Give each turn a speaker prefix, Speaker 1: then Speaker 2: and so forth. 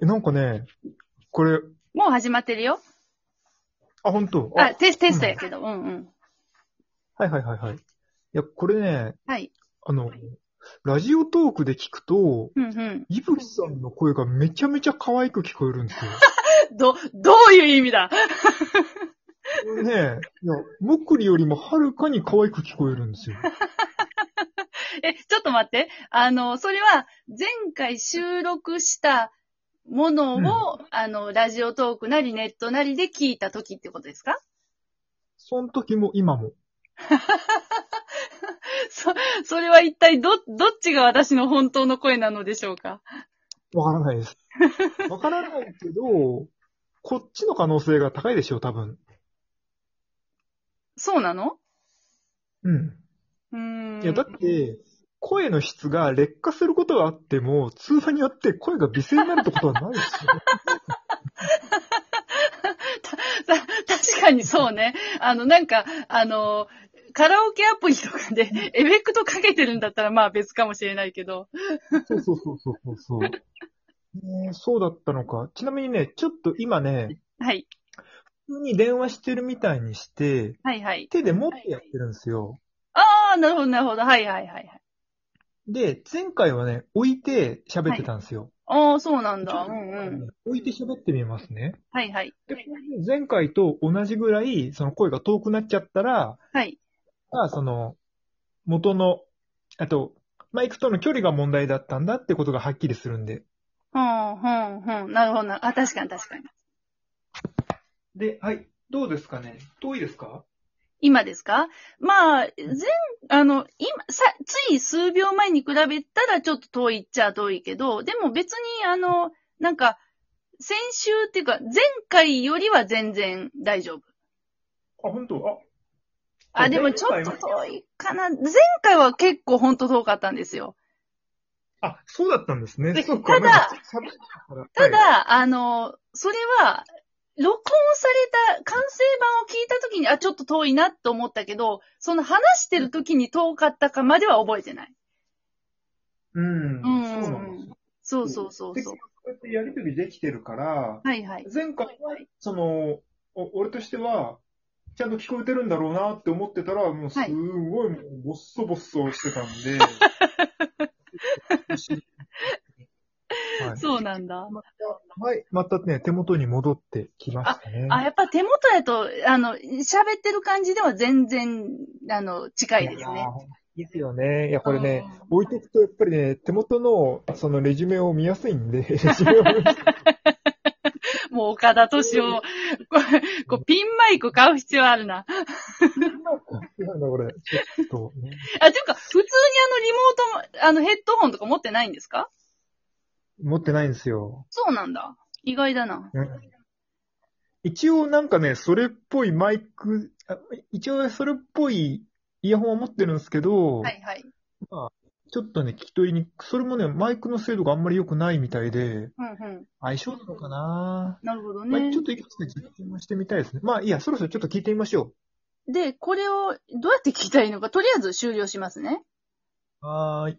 Speaker 1: えなんかね、これ、
Speaker 2: もう始まってるよ。
Speaker 1: あ、本当
Speaker 2: あ、テステストやけど。うんうん。
Speaker 1: はいはいはいはい。いや、これね、
Speaker 2: はい。
Speaker 1: あの、ラジオトークで聞くと、
Speaker 2: うんうん。
Speaker 1: いぶきさんの声がめちゃめちゃ可愛く聞こえるんですよ。
Speaker 2: ど、どういう意味だ
Speaker 1: これね、いや、もくりよりもはるかに可愛く聞こえるんですよ。
Speaker 2: え、ちょっと待って。あの、それは前回収録したものを、
Speaker 1: うん
Speaker 2: あの、ラジオトークなりネットなりで聞いた時ってことですか
Speaker 1: その時も今も。
Speaker 2: そ、それは一体ど、どっちが私の本当の声なのでしょうか
Speaker 1: わからない です。わからないけど、こっちの可能性が高いでしょう、多分。
Speaker 2: そうなの
Speaker 1: うん。
Speaker 2: うーん。
Speaker 1: いや、だって、声の質が劣化することはあっても、通話によって声が微声になるってことはないですよ。
Speaker 2: た確かにそうね。あの、なんか、あの、カラオケアプリとかでエフェクトかけてるんだったらまあ別かもしれないけど。
Speaker 1: そうそうそうそうそうそう。ねえそうだったのか。ちなみにね、ちょっと今ね、
Speaker 2: はい。
Speaker 1: 普通に電話してるみたいにして、
Speaker 2: はいはい。
Speaker 1: 手で持ってやってるんですよ。
Speaker 2: ああ、なるほどなるほど。はいはいはいはい。
Speaker 1: で、前回はね、置いて喋ってたんですよ。
Speaker 2: ああ、そうなんだ。うんうん。
Speaker 1: 置いて喋ってみますね。
Speaker 2: はいはい。
Speaker 1: 前回と同じぐらい、その声が遠くなっちゃったら、
Speaker 2: はい。
Speaker 1: まあ、その、元の、あと、マイクとの距離が問題だったんだってことがはっきりするんで。
Speaker 2: ほんほんほん。なるほどな。あ、確かに確かに。
Speaker 1: で、はい。どうですかね遠いですか
Speaker 2: 今ですかまあ、全、あの、今、さ、つい数秒前に比べたらちょっと遠いっちゃ遠いけど、でも別にあの、なんか、先週っていうか、前回よりは全然大丈夫。
Speaker 1: あ、本当あ、
Speaker 2: あ、でも
Speaker 1: 前
Speaker 2: ちょ
Speaker 1: 回
Speaker 2: っと
Speaker 1: は
Speaker 2: 遠いかな。前回は結構ほんと遠かったんですよ。
Speaker 1: あ、そうだったんですね。
Speaker 2: で
Speaker 1: そうか。
Speaker 2: ただ
Speaker 1: なんか喋ってから
Speaker 2: ただ、
Speaker 1: はい
Speaker 2: あの、それは、録音された、完成版を聞いた時に、あ、ちょっと遠いなと思ったけど、その話してる時に遠かったかまでは覚えてない。
Speaker 1: うん、
Speaker 2: うんうんうん
Speaker 1: そうなんですよ。
Speaker 2: そうそうそう
Speaker 1: で
Speaker 2: そう
Speaker 1: こ。うやってやりとりできてるから、
Speaker 2: はいはい。
Speaker 1: 前回は、その、お俺としては、ちゃんと聞こえてるんだろうなって思ってたら、もうす
Speaker 2: はい
Speaker 1: んごいもう、ぼっそぼっそしてたんで。はい
Speaker 2: そうなんだ。
Speaker 1: はい。またね、手元に戻ってきましたね。
Speaker 2: あ、やっぱ手元やと、あの、喋ってる感じでは全然、あの、近いですね。
Speaker 1: いいですよね。いや、これね、置いていくと、やっぱりね、手元の、その、レジュメを見やすいんで、レジュメを見やすい
Speaker 2: うん。もう岡田敏夫、これ、こうピンマイク買う必要あるな。
Speaker 1: なんだこれ、ちょっとね、
Speaker 2: あ、ていうか、普通にあの、リモートも、あの、ヘッドホンとか持ってないんですか
Speaker 1: 持ってないんですよ。
Speaker 2: そうなんだ。意外だな。
Speaker 1: うん一応なんかね、それっぽいマイク、あ一応それっぽいイヤホンは持ってるんですけど、
Speaker 2: はいはい。
Speaker 1: ちょっとね、聞き取りにくそれもね、マイクの精度があんまり良くないみたいで、
Speaker 2: うんうん。相
Speaker 1: 相性なのかな、
Speaker 2: なるほど
Speaker 1: まあ、
Speaker 2: ね
Speaker 1: ちょ。っといくつか実験もしてみたいですね。まあいいや、そろそろちょっと聞いてみましょ
Speaker 2: で、これをどうやって聞いたらいいのか、とりあえず終了しますね。
Speaker 1: う。はーい。